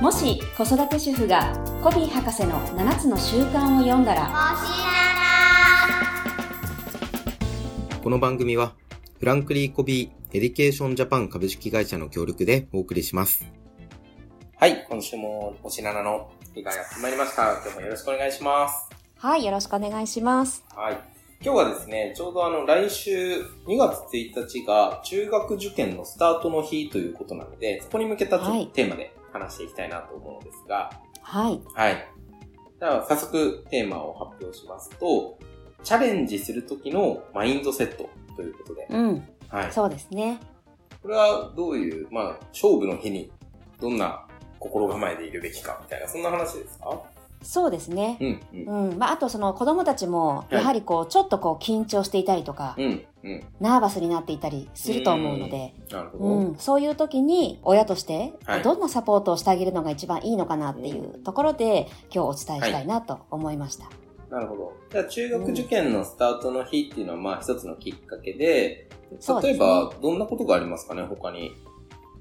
もし子育て主婦がコビー博士の7つの習慣を読んだらこの番組は、フランクリー・コビー・エディケーション・ジャパン株式会社の協力でお送りします。はい、今週もおしななの時間がやってまいりました。今日もよろしくお願いします。はいよろしくお願いしますはい。今日はですね、ちょうどあの、来週2月1日が中学受験のスタートの日ということなので、そこに向けたちょっとはいテーマで話していきたいなと思うんですが、はいはい。じゃあ、早速テーマを発表しますと、チャレンジする時のマインドセットということで、うんはい。そうですねこれはどういう、まあ、勝負の日にどんな心構えでいるべきかみたいな、そんな話ですかそうですねうん、うん。うんまあ、あとその子供たちもいやはりこうちょっとこう緊張していたりとか、うん、うん。ナーバスになっていたりすると思うので、なるほど。うん、そういう時に親としてはいどんなサポートをしてあげるのが一番いいのかなっていうところで今日お伝えしたいなと思いました。なるほど。じゃあ、中学受験のスタートの日っていうのは、まあ、一つのきっかけで、そうですね例えば、どんなことがありますかね、他に。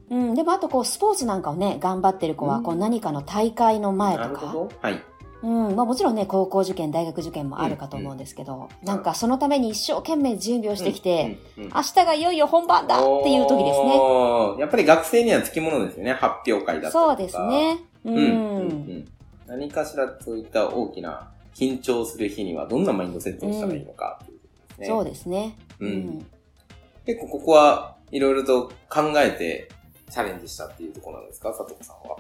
うん、でもあとこうスポーツなんかをね頑張ってる子はこううん何かの大会の前なとるか、ほど。はい。うんまあ、もちろんね高校受験大学受験もあるかと思うんですけど、なんかそのために一生懸命準備をしてきて、うん、うんうん明日がいよいよ本番だっていう時ですね。おーやっぱり学生にはつきものですよね、発表会だったりとか。そうです。ね。う。うんん。うんうん何かしらそういった大きな緊張する日には、どんなマインドセットをしたらいいのかっていうことですね。そうですね。う。うんん。結構ここはいろいろと考えてチャレンジしたっていうところなんですか、佐藤さんは。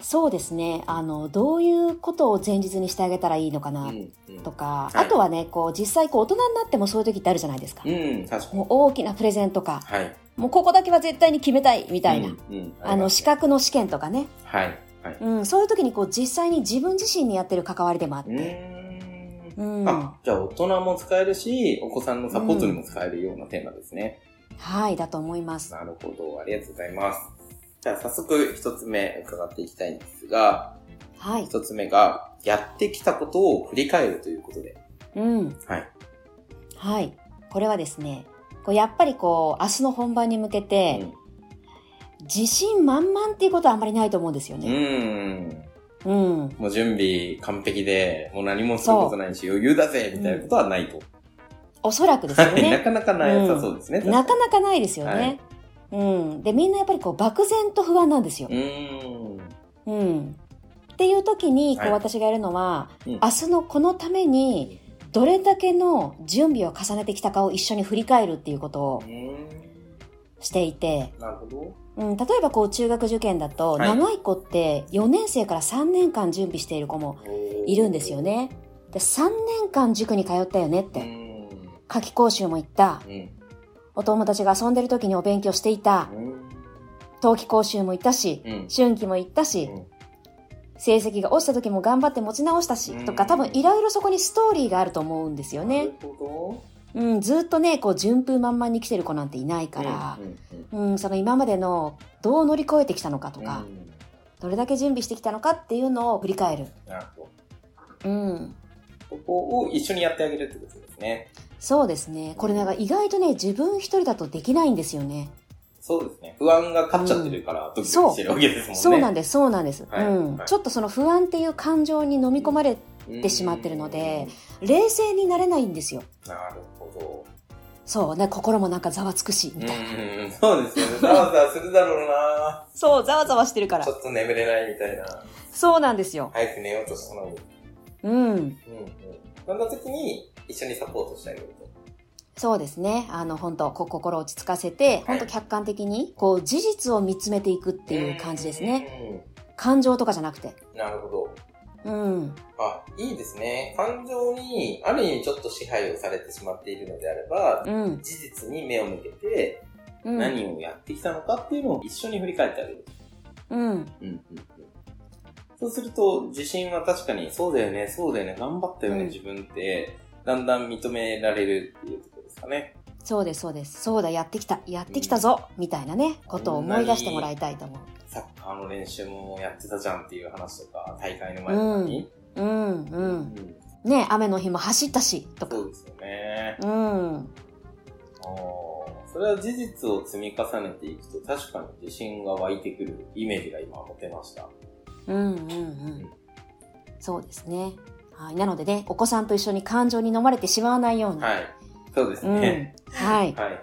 そうですね。あの、どういうことを前日にしてあげたらいいのかうな、んうんとか、はあいとはね、こう、実際、こう、大人になってもそういう時ってあるじゃないですか。うん、確かに。もう大きなプレゼントか、はい。みもうここだけは絶対に決めたい、みたいな。うんうんあの、資格の試験とかね。はい。はい。うん、そういう時にこう、実際に自分自身にやってる関わりでもあっうーて。ん。うん。あ、じゃあ大人も使えるし、お子さんのサポートにも使えるようなテーマですね。はい、だと思います。なるほど。ありがとうございます。じゃあ早速一つ目伺っていきたいんですが、はい。一つ目が、やってきたことを振り返るということで。うん。はい。はい。これはですね、こう、やっぱりこう、明日の本番に向けて、うん自信満々っていうことはあんまりないと思うんですようね。ーん。うん。もう準備完璧で、もう何もすることないし、余裕だぜみたいなことはないと。おそらくですよはい。 なね。かなかなやさそうですね。確なかかなかないですよね。うん。で、みんなやっぱりこう、漠然と不安なんですよに。うう。ーん。ん。っていう時に、こはうい私がやるのは、うん明日のこのために、どれだけの準備を重ねてきたかを一緒に振り返るっていうことをうーん。していて、なるほど。うん、例えばこう中学受験だと、はい長い子って4年生から3年間準備している子もいるんですよ。ね。で、3年間塾に通ったよねっうて、ん。夏季講習も行った、うん。お友達が遊んでる時にお勉強していた、冬季講習も行ったし、うん。春季も行ったし、うん成績が落ちた時も頑張って持ち直したし、うんとか多分いろいろそこにストーリーがあると思うんですよなねる。ほうん、ずっとね、こう順風満々に来てる子なんていないど。からう、ん。うんうん、その今までのどう乗り越えてきたのかとか、うんどれだけ準備してきたのかっていうのを振り返る。なるほど。うん。ここを一緒にやってあげるってことですね。そうですね。これなんか意外とね、自分一人だとできないんですよね。そうですね。不安が勝っちゃってるから、ドキドキしてるわけですもんね。そうなんでです、そうなんです。はいうん、はいちょっとその不安っていう感情に飲み込まれ、ってしまってるので。冷静になれないんですよ。なるほそう、ね、心もなんかざわつくし、ど。みたいな。うん。そうですよね。ざわざわするだろうなそう、ざわざわしてるかちょ。っと眠れないみたいな。そうなんですよ。早く寝ようとしたのに。うん。うんうん。そんな時に、一緒にサポートしてあげると。そうですね。あの、本当こう心を落ち着かせて、本当客観的に、こう、事実を見つめていくっていう感じですね。ね。感情とかじゃなくて。なるほど。うん。あ、いいですね。感情に、ある意味ちょっと支配をされてしまっているのであれば、うん。事実に目を向けて、うん。何をやってきたのかっていうのを一緒に振り返ってあげる。うん。うんうんうん。そうすると、自信は確かに、そうだよね、そうだよね、頑張ったようね、ん自分って、だんだん認められるっていうところですかね。そうです、そうです。そうだ、やってきた。やってきたぞ。みたいなね、ことを思い出してもらいたいと思う。サッカーの練習もやってたじゃんっていう話とか、大会の前とかに。うん、う。うんね、雨の日も走ったし、とかそ。うですよね。うん。あーそれは事実を積み重ねていくと確かに自信が湧いてくるイメージが今持てました。うんうんうん。そうですね。はい。なのでね、お子さんと一緒に感情に飲まれてしまわないように。はい。そうですうん。ね。はい。はいはい。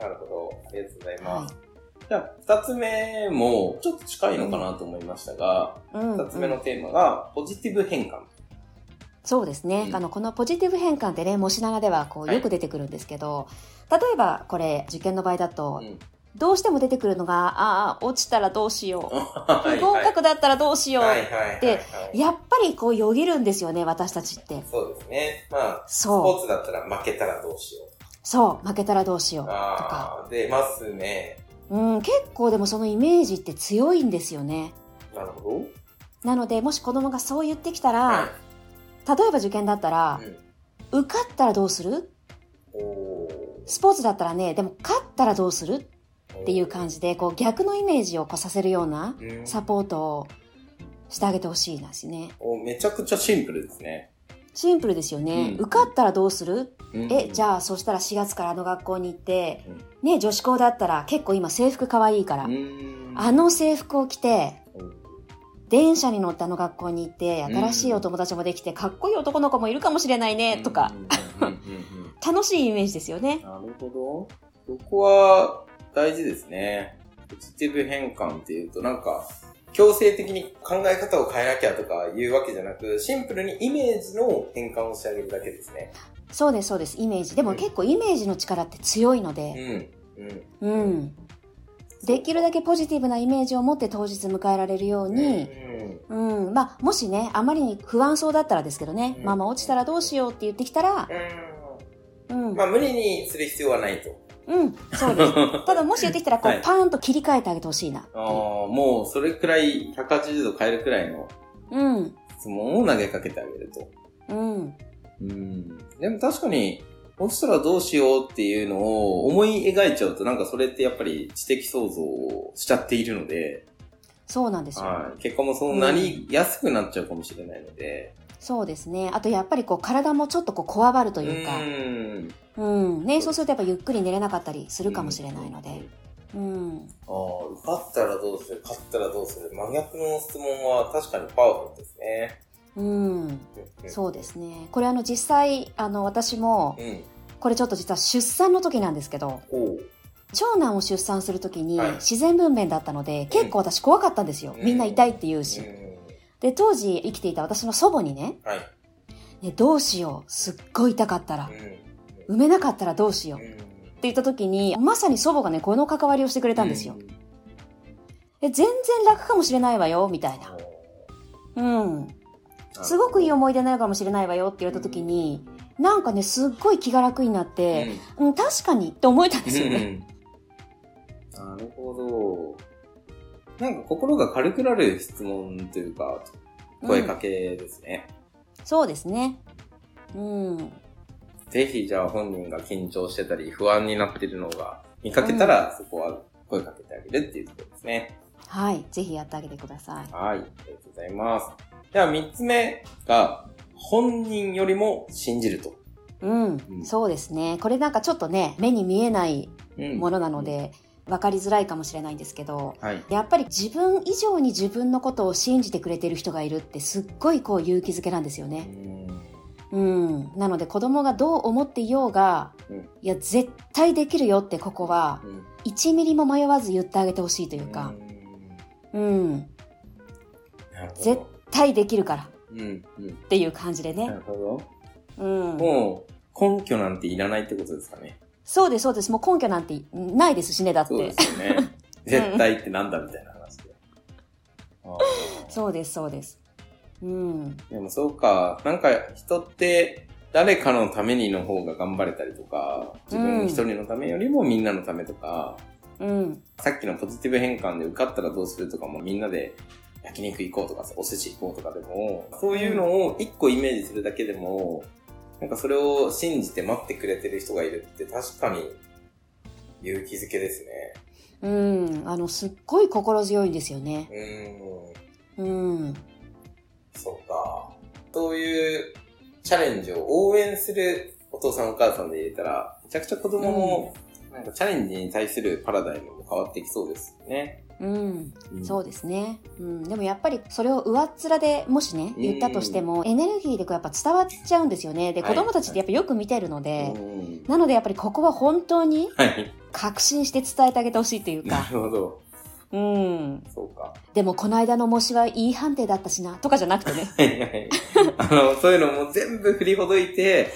なるほど。ありがとうございまはす。じゃあ、二つ目も、ちょっと近いのかなと思いましたが、い。うん、二つ目のテーマが、ポジティブ変換。そうですね、うんあのこのポジティブ変換ってねもしながではこはういよく出てくるんですけど、例えばこれ受験の場合だと、うんどうしても出てくるのがああ落ちたらどうし よう合不合格だったらどうしよう、はいはいはい。ではい、やっぱりこうよぎるんですよね私たちってそうですね。まあ、スポそーツだったら負けたらどうしよううそう負けたらどうしようととか、か。出ますね。うん、結構でもそのイメージって強いんですよねなるほなのでもし子供がそう言ってきたら、ど。はい。例えば受験だったら、受かったらどうするうん、おスポーツだったらねでも勝ったらどうするっていう感じでこう逆のイメージをこうさせるようなじ。うんサポートをしてあげてほしいなしねおめちゃくちゃシンプルですね。シンプルですよね、うん受かったらどうする、えじゃゃあそしたら4月からあの学校に行って、ね女子校だったら結構今制服かわいいから、あの制服を着て電車に乗ったあの学校に行ってうん新しいお友達もできてかっこいい男の子もいるかもしれないねとか、。うんうんうんうんうん楽しいイメージですよねなるほど。そこは大事ですね。ポジティブ変換っていうと、なんか、強制的に考え方を変えなきゃとかいうわけじゃなく、シンプルにイメージの変換をしてあげるだけですね。そうですそうですイメージでうもん結構イメージの力って強いのうでん。うん。うんできるだけポジティブなイメージを持って当日迎えられるように、うんうん、まあ、もしね、あまりに不安そうだったらですけどね、うんママ落ちたらどうしようって言ってきたら、うん、うん。まあ、無理にする必要はないと。うん、そうです。 ただ、もし言ってきたら、こう、はいパーンと切り替えてあげてほしいなっていあう。あ、もう、それくらい、180度変えるくらいのうん、質問を投げかけてあげると。うん、うん。でも確かに、落ちたらどうしようっていうのを思い描いちゃうと、なんかそれってやっぱり知的想像をしちゃっているので、そうなんですよ。はい。結果もそうなりやすくなっちゃうかもしれないので。そうですね。あと、やっぱりこう、体もちょっとこう、こわばるというか、ん。うん、ね、そうするとやっぱゆっくり寝れなかったりするかもしれないのうんで、。うん、ああ、受かったらどうする勝ったらどうする真逆の質問は確かにパワフルですね。うん、うんそうですね。これ、あの、実際、あの、私も、うん。これちょっと実は出産の時なんですけど、おう。長男を出産するときにはい自然分娩だったので、結構私怖かったんですよ。うんみんな痛いって言ううし。ん。で、当時生きていた私の祖母にね、はい。ねどうしよう。すっごい痛かったら。う産めなかったらどうしよう。ってん。ん。言った時に、まさに祖母がね、この関わりをしてくれたんですよう。で全然楽かもしれないわよ、みたいな。うん。すごくいい思い出になるかもしれないわよって言われた時に、なんかね、すっごい気が楽になって、うんうん、確かにって思えたんですよね。うんなるほど。なんか心が軽くなる質問というか、声かけですね。そうですね。うん。ぜひじゃあ本人が緊張してたり不安になってるのが見かけたら、そこは声かけてあげるっていうところですね。はい。ぜひやってあげてください。はい。ありがとうございます。じゃあ3つ目が、本人よりも信じると。うん、うんそうですね。これなんかちょっとね、目に見えないうんものなので、分かりづらいかもしれないんですけど、はい。やっぱり自分以上に自分のことを信じてくれてる人がいるってすっごいこう勇気づけなんですようね。んうん。なので子供がどう思っていようが、うんいや、絶対できるよってここは、うん1ミリも迷わず言ってあげてほしいというか、うん。絶なるほどぜ対できるからうん。うん。っていう感じでね。なるほど。うん。もう、根拠なんていらないってことですかね。そうです、そうです。もう根拠なんてないですしね、だって。そうですよね。 絶対ってなんだみたいな話で。あーそうです、そうです。うん。でもそうか。なんか人って、誰かのためにの方が頑張れたりとか、自分一人のためよりもみんなのためとか、うん。さっきのポジティブ変換で受かったらどうするとかもみんなで焼肉行こうとかさ、お寿司行こうとかでも、そういうのを一個イメージするだけでも、なんかそれを信じて待ってくれてる人がいるって確かに勇気づけですね。うん。あの、すっごい心強いんですよね。うーん。うん。そうか。そういうチャレンジを応援するお父さんお母さんで言えたら、めちゃくちゃ子供もなんかチャレンジに対するパラダイムも変わってきそうですよね。うん、うんそうですね、うん、でもやっぱりそれを上っ面でもしね言ったとしても、エネルギーでこうやっぱ伝わっちゃうんですよねではい子供たちってやっぱよく見てるので、うんなのでやっぱりここは本当にはい。確信して伝えてあげてほしいというなか、るほど。うん、そうか。でもこの間の模試はいい判定だったしなとかじゃなくて ねはいはい。あの、そういうのも全部振りほどいて、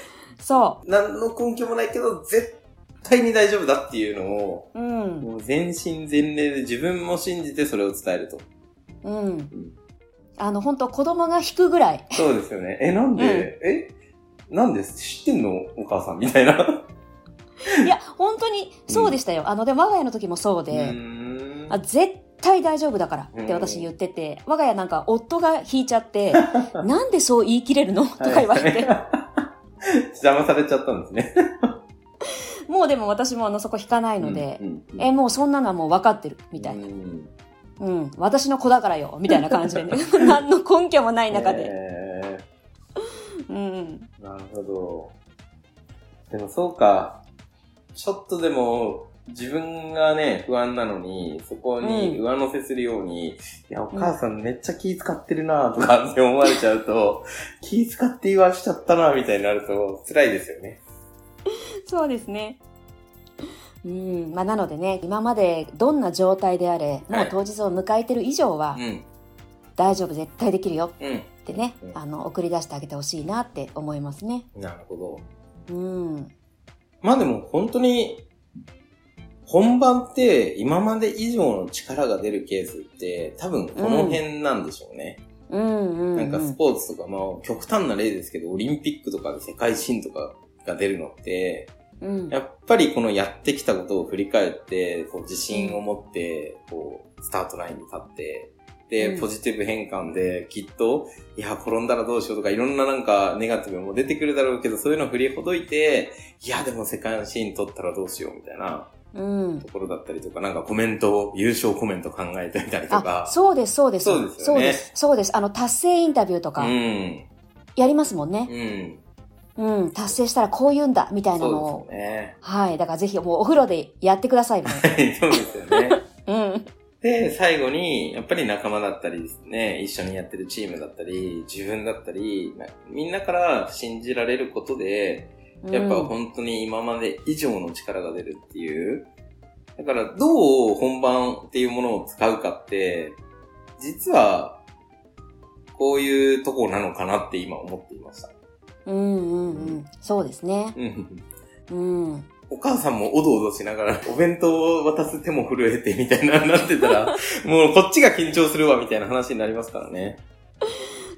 そ何の根拠もないけど、絶対に大丈夫だっていうのを、ううんもう全身全霊で自分も信じてそれを伝えると。うんうんあの本当子供が引くぐらいそうですよね。え、なんで、うんえなんで知ってんのお母さんみたいな。いや本当にそうでしたよ、あのでも我が家の時もそううで、ーんあ絶対大丈夫だからって私言ってて、我が家なんか夫が引いちゃ って、なんでそう言い切れるのとか言われて、はい。 邪魔されちゃったんですね。もうでも私もあのそこ引かないので、うん、うんえ、もうそんなのはもう分かってる、みたいな。うんうん、私の子だからよ、みたいな感じで ね。 何の根拠もない中で。えうん。ーなるほど。でもそうか。ちょっとでも、自分がね、不安なのに、そこにう上乗せするように、いや、お母さんめっちゃ気使ってるなとかって思われちゃうと、気使って言わしちゃったなみたいになると、辛いですよね。そうですね。うん、まあなのでね、今までどんな状態であれ、もはうい当日を迎えてる以上は、ん。大丈夫、絶対できるようってねう、んあの、送り出してあげてほしいなって思いますね。ん。なるほうど。ん。まあでも本当に、本番って今まで以上の力が出るケースって多分この辺なんでしょうね。うんうん、うなんかスポーツとか、まあ極端な例ですけど、オリンピックとかで世界新とかが出るのって、うんやっぱりこのやってきたことを振り返って、こう自信を持って、こうスタートラインに立って、で、うんポジティブ変換できっと、いや、転んだらどうしようとか、いろんななんかネガティブも出てくるだろうけど、そういうのを振りほどいて、いや、でも世界新取ったらどうしようみたいなうんところだったりとか、なんかコメントを、優勝コメント考えてみたりとあか。そうです、そうです。そうですよそうねです。そうですあの、達成インタビューとかう、ん。やりますもんね。うん。うん、達成したらこう言うんだ、みたいなのそをう。ですよね。 はい。だからぜひ、もうお風呂でやってください、みたいはいそうですよね。な。うん。で、最後に、やっぱり仲間だったりですね、一緒にやってるチームだったり、自分だったり、なみんなから信じられることで、やっぱうん本当に今まで以上の力が出るっていう。だから、どう本番っていうものを使うかって、実は、こういうとこなのかなって今思っていました。うんうんうん。そうですね。うんうん。お母さんもおどおどしながら、お弁当を渡す手も震えてみたいな、なってたら、もうこっちが緊張するわみたいな話になりますからね。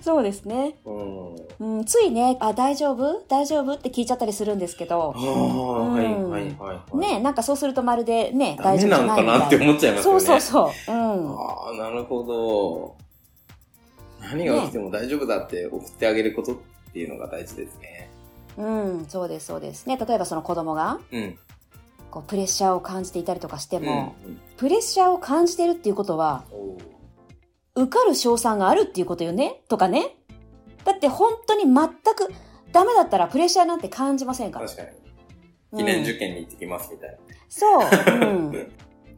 そうですね。うん。あうん、ついね、あ、大丈夫大丈夫って聞いちゃったりするんですけどあ、、はいうんはいはい。ね、なんかそうするとまるでね、ダ大メ丈夫じなゃないのかみたいななって。思っちゃいますよそね。うそうそう。うん。ああ、なるほど。何が起きても大丈夫だって送ってあげることっていうのが大事ですね。うん、そうです、そうです。ね、例えばその子供が、うん。こう、プレッシャーを感じていたりとかしてうんも、プレッシャーを感じてるっていうことは、おー受かる賞賛があるっていうことよねとかね。だって本当に全くダメだったらプレッシャーなんて感じませんから。確かに。うん記念受験に行ってきますみたいそう。うな。ん。っ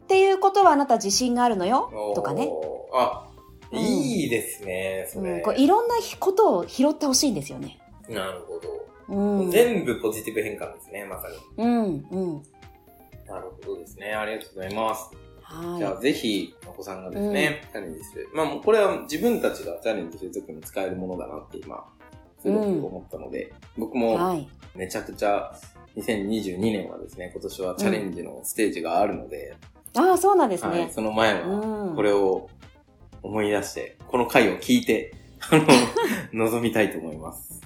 ていうことはあなた自信があるのよとかね。おー。あ、うんいいですね、そうん、れこ。ういろんなことを拾ってほしいんですよね。なるほど。うん。うん、全部ポジティブ変換ですね、まさに。うん。なるほどですね。ありがとうございます。じゃはあ、ぜひ、お子さんがですね、チャレンジする。まあ、もうこれは自分たちがチャレンジするときに使えるものだなって今、すごく思ったので、僕い。もはい。めちゃくちゃ、2022年はですね、今年はチャレンジのステージがあるので、ああ、そうなんですはい、ね。その前は、うん。これを思い出して、この回を聞 いて、あの、望みたいと思います。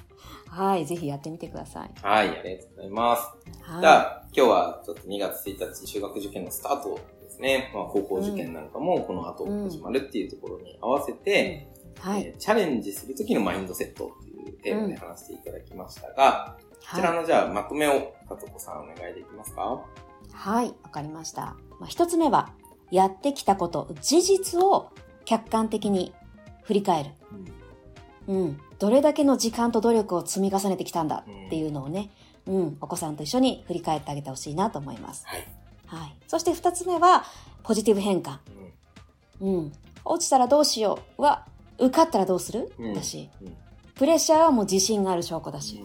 はい。ぜひやってみてください。はい、ありがとうございます。はい。じゃあ、今日はちょっと2月1日、中学受験のスタートですね。まあ、高校受験なんかもこの後始まるっていうところに合わせて、はい。えーチャレンジするときのマインドセットっていうテーマで話していただきましたが、こちらはい。のじゃあまとめを、さとこさんお願いできますかはい。わかりました。まあ、一つ目は、やってきたこと、事実を客観的に振り返る。うん、どれだけの時間と努力を積み重ねてきたんだっていうのをね、うん、お子さんと一緒に振り返ってあげてほしいなと思います。はいはい。そして二つ目は、ポジティブ変換。うん。落ちたらどうしようは、受かったらどうする、うんだしうん、プレッシャーはもう自信がある証拠だし、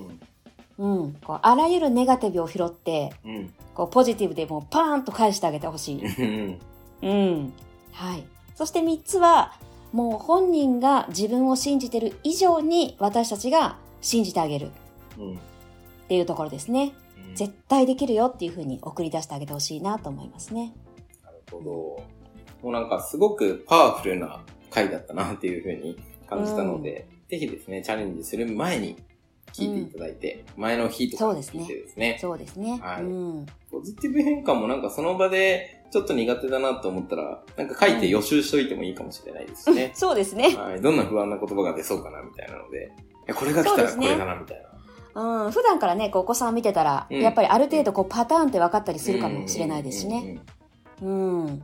うん。こう、あらゆるネガティブを拾って、うん。うん。こう、ポジティブでもうパーンと返してあげてほしい。うん。うん。はい。そして3つは、もう本人が自分を信じてる以上に私たちが信じてあげるうん。っていうところですね。うん絶対できるよっていうふうに送り出してあげてほしいなと思いますね。なるほど。もうなんかすごくパワフルな回だったなっていうふうに感じたので、ぜひですね、チャレンジする前に聞いていただいて、前の日とかそうです聞ねいてですね、そうですね。はいうん。。ポジティブ変換もなんかその場でちょっと苦手だなと思ったら、なんか書いて予習しといてもいいかもしれないですしねそうですね。はい、どんな不安な言葉が出そうかなみたいなので、いやこれが来そたうらですこねれだなみたいな。うん。普段からね、こうお子さん見てたら、うんやっぱりある程度こうパターンって分かったりするかもしれないですしうんうんね。うんうん。うん。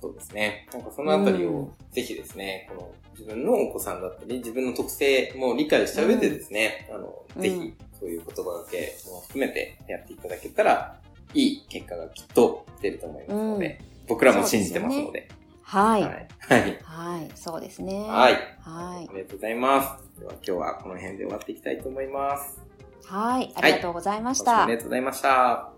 そうですね。なんかそのあたりうをん、ぜひですね、この自分のお子さんだったり、自分の特性も理解した上でですね、あの、うんぜひ、そういう言葉だけも含めてやっていただけたら、いい結果がきっと出ると思いますので、僕らも信じてますので。はい。はい。はい。はい。そうですね。はい。はあい。りがとうございます。では今日はこの辺で終わっていきたいと思います。はい。ありがとうございました。ありがとうございました。